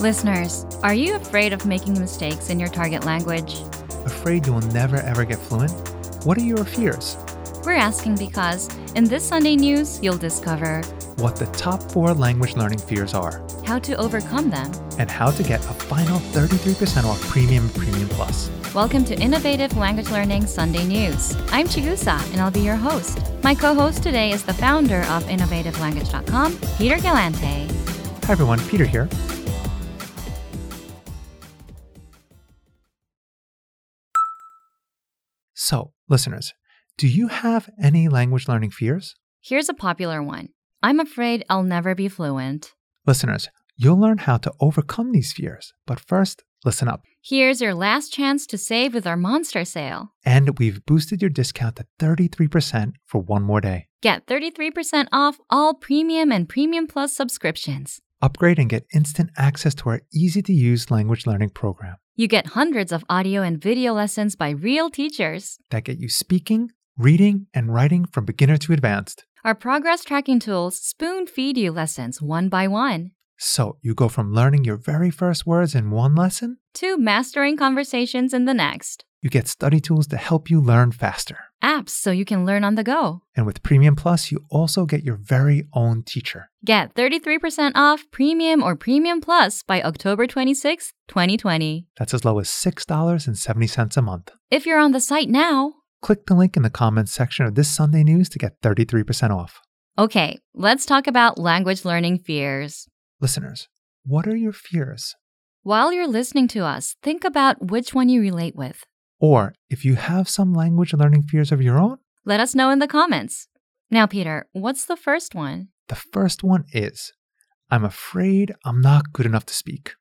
Listeners, are you afraid of making mistakes in your target language? Afraid you'll never ever get fluent? What are your fears? We're asking because in this Sunday news, you'll discover What the top four language learning fears are, how to overcome them. and how to get a final 33% off Premium Premium Plus. Welcome to Innovative Language Learning Sunday News. I'm Chigusa, and I'll be your host. My co host today is the founder of InnovativeLanguage.com, Peter Galante. Hi everyone, Peter here. So, listeners, do you have any language learning fears? Here's a popular one I'm afraid I'll never be fluent. Listeners, you'll learn how to overcome these fears, but first, listen up. Here's your last chance to save with our monster sale. And we've boosted your discount to 33% for one more day. Get 33% off all premium and premium plus subscriptions. Upgrade and get instant access to our easy to use language learning program You get hundreds of audio and video lessons by real teachers. that get you speaking, reading, and writing from beginner to advanced. Our progress tracking tools spoon feed you lessons one by one So you go from learning your very first words in one lesson, to mastering conversations in the next. you get study tools to help you learn faster. Apps so you can learn on the go. And with Premium Plus, you also get your very own teacher. Get 33% off Premium or Premium Plus by October 26, 2020. That's as low as $6.70 a month. If you're on the site now, Click the link in the comments section of this Sunday news to get 33% off. okay, let's talk about language learning fears. Listeners, what are your fears? While you're listening to us, think about which one you relate with. Or if you have some language learning fears of your own, Let us know in the comments. Now, Peter, what's the first one? the first one is I'm afraid I'm not good enough to speak.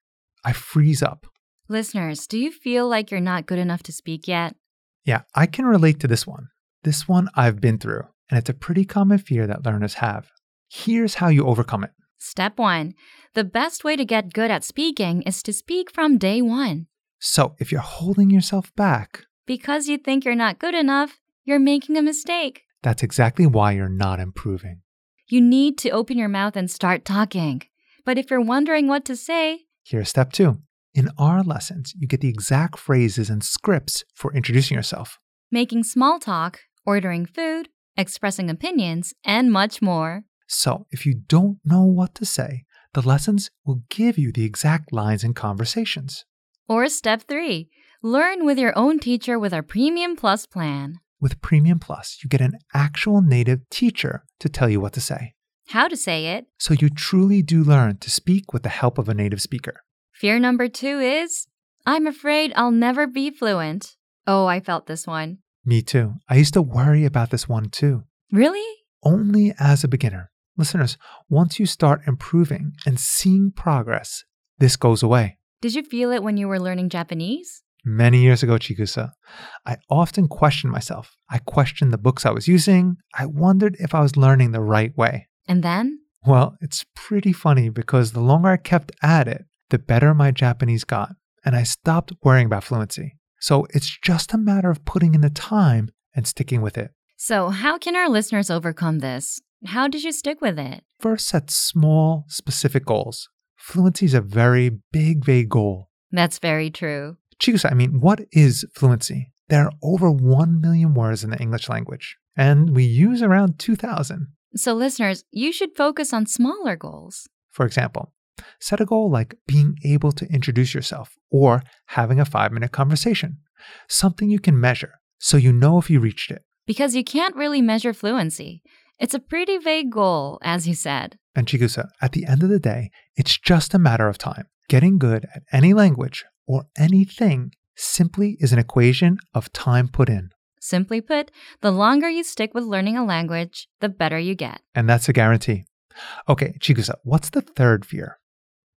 I freeze up. Listeners, do you feel like you're not good enough to speak yet? Yeah, I can relate to this one. This one I've been through, and it's a pretty common fear that learners have. Here's how you overcome it. Step one The best way to get good at speaking is to speak from day one. So, if you're holding yourself back, Because you think you're not good enough, you're making a mistake. that's exactly why you're not improving. You need to open your mouth and start talking. But if you're wondering what to say, Here's step two. In our lessons, you get the exact phrases and scripts for introducing yourself. making small talk, ordering food, expressing opinions, and much more. So, if you don't know what to say, the lessons will give you the exact lines and conversations. Or step three Learn with your own teacher with our Premium Plus plan. With Premium Plus, you get an actual native teacher to tell you what to say. How to say it. So you truly do learn to speak with the help of a native speaker. Fear number two is I'm afraid I'll never be fluent. Oh, I felt this one. Me too. I used to worry about this one too, Really? only as a beginner. Listeners, once you start improving and seeing progress, this goes away. Did you feel it when you were learning Japanese? Many years ago, Chigusa, I often questioned myself. I questioned the books I was using. I wondered if I was learning the right way. And then? Well, it's pretty funny because the longer I kept at it, the better my Japanese got, and I stopped worrying about fluency. So it's just a matter of putting in the time and sticking with it. So, how can our listeners overcome this? How did you stick with it? First, set small, specific goals. Fluency is a very big, vague goal. That's very true. Chigusa, I mean, what is fluency? There are over 1 million words in the English language, and we use around 2,000. So, listeners, you should focus on smaller goals. For example, set a goal like being able to introduce yourself or having a five minute conversation, something you can measure so you know if you reached it. Because you can't really measure fluency. It's a pretty vague goal, as you said. And Chigusa, at the end of the day, it's just a matter of time. Getting good at any language or anything simply is an equation of time put in. Simply put, the longer you stick with learning a language, the better you get. And that's a guarantee. Okay, Chigusa, what's the third fear?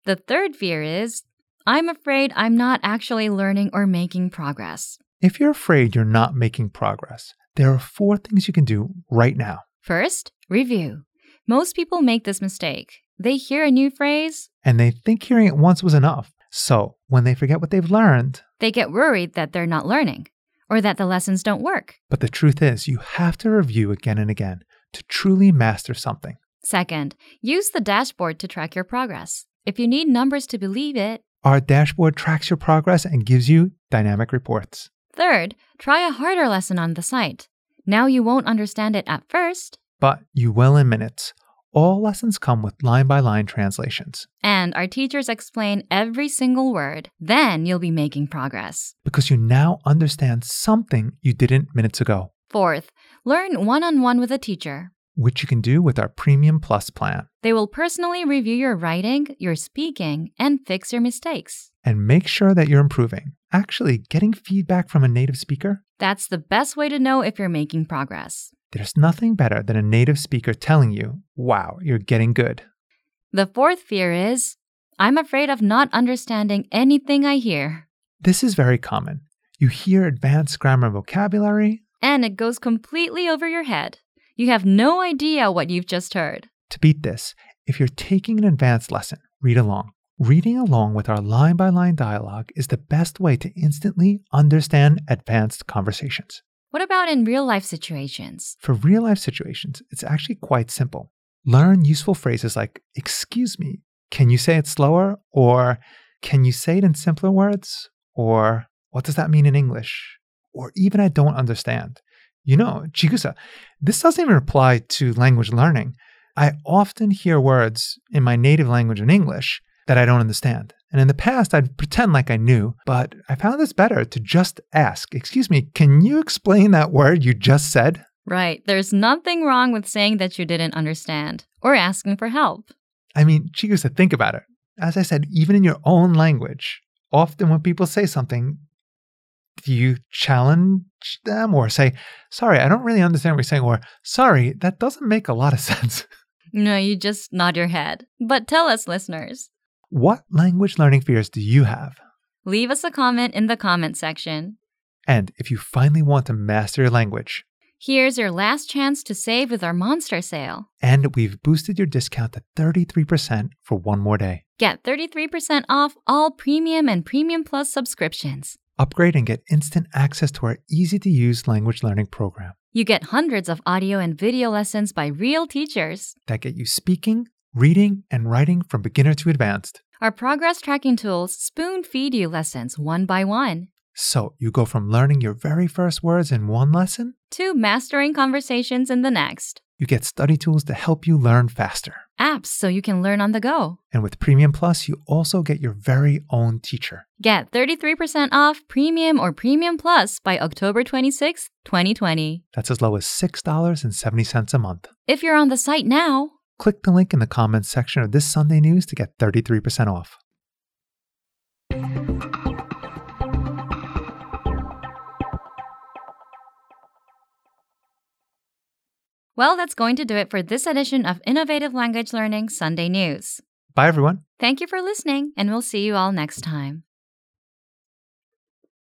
The third fear is I'm afraid I'm not actually learning or making progress. If you're afraid you're not making progress, there are four things you can do right now. First, review. Most people make this mistake. They hear a new phrase, and they think hearing it once was enough. So when they forget what they've learned, they get worried that they're not learning or that the lessons don't work. but the truth is, you have to review again and again to truly master something. Second, use the dashboard to track your progress. If you need numbers to believe it, Our dashboard tracks your progress and gives you dynamic reports. Third, try a harder lesson on the site. Now you won't understand it at first, But you will in minutes. All lessons come with line by line translations and our teachers explain every single word. Then you'll be making progress. because you now understand something you didn't minutes ago, Fourth, learn one on one with a teacher. which you can do with our Premium Plus plan. They will personally review your writing, your speaking, and fix your mistakes. And make sure that you're improving. Actually, getting feedback from a native speaker, That's the best way to know if you're making progress. there's nothing better than a native speaker telling you, wow, you're getting good. The fourth fear is I'm afraid of not understanding anything I hear. This is very common. You hear advanced grammar and vocabulary. And it goes completely over your head. You have no idea what you've just heard. To beat this, if you're taking an advanced lesson, read along. Reading along with our line by line dialogue is the best way to instantly understand advanced conversations. What about in real life situations? For real life situations, it's actually quite simple. Learn useful phrases like, excuse me, can you say it slower? Or can you say it in simpler words? Or what does that mean in English? Or even I don't understand. You know, Chigusa, this doesn't even apply to language learning. I often hear words in my native language in English that I don't understand. And in the past, I'd pretend like I knew, but I found it's better to just ask, Excuse me, can you explain that word you just said? Right, there's nothing wrong with saying that you didn't understand or asking for help. I mean, Chigusa, think about it. As I said, even in your own language, often when people say something, do you challenge them or say, sorry, I don't really understand what you're saying, or sorry, that doesn't make a lot of sense? No, you just nod your head. But tell us, listeners. what language learning fears do you have? Leave us a comment in the comment section. And if you finally want to master your language, Here's your last chance to save with our monster sale. and we've boosted your discount to 33% for one more day. Get 33% off all premium and premium plus subscriptions. Upgrade and get instant access to our easy to use language learning program You get hundreds of audio and video lessons by real teachers. that get you speaking, reading, and writing from beginner to advanced. Our progress tracking tools spoon feed you lessons one by one So you go from learning your very first words in one lesson, to mastering conversations in the next. you get study tools to help you learn faster. Apps so you can learn on the go. And with Premium Plus, you also get your very own teacher. Get 33% off Premium or Premium Plus by October 26, 2020. That's as low as $6.70 a month. If you're on the site now, Click the link in the comments section of this Sunday news to get 33% off. well, that's going to do it for this edition of Innovative Language Learning Sunday News. Bye, everyone. Thank you for listening, and we'll see you all next time.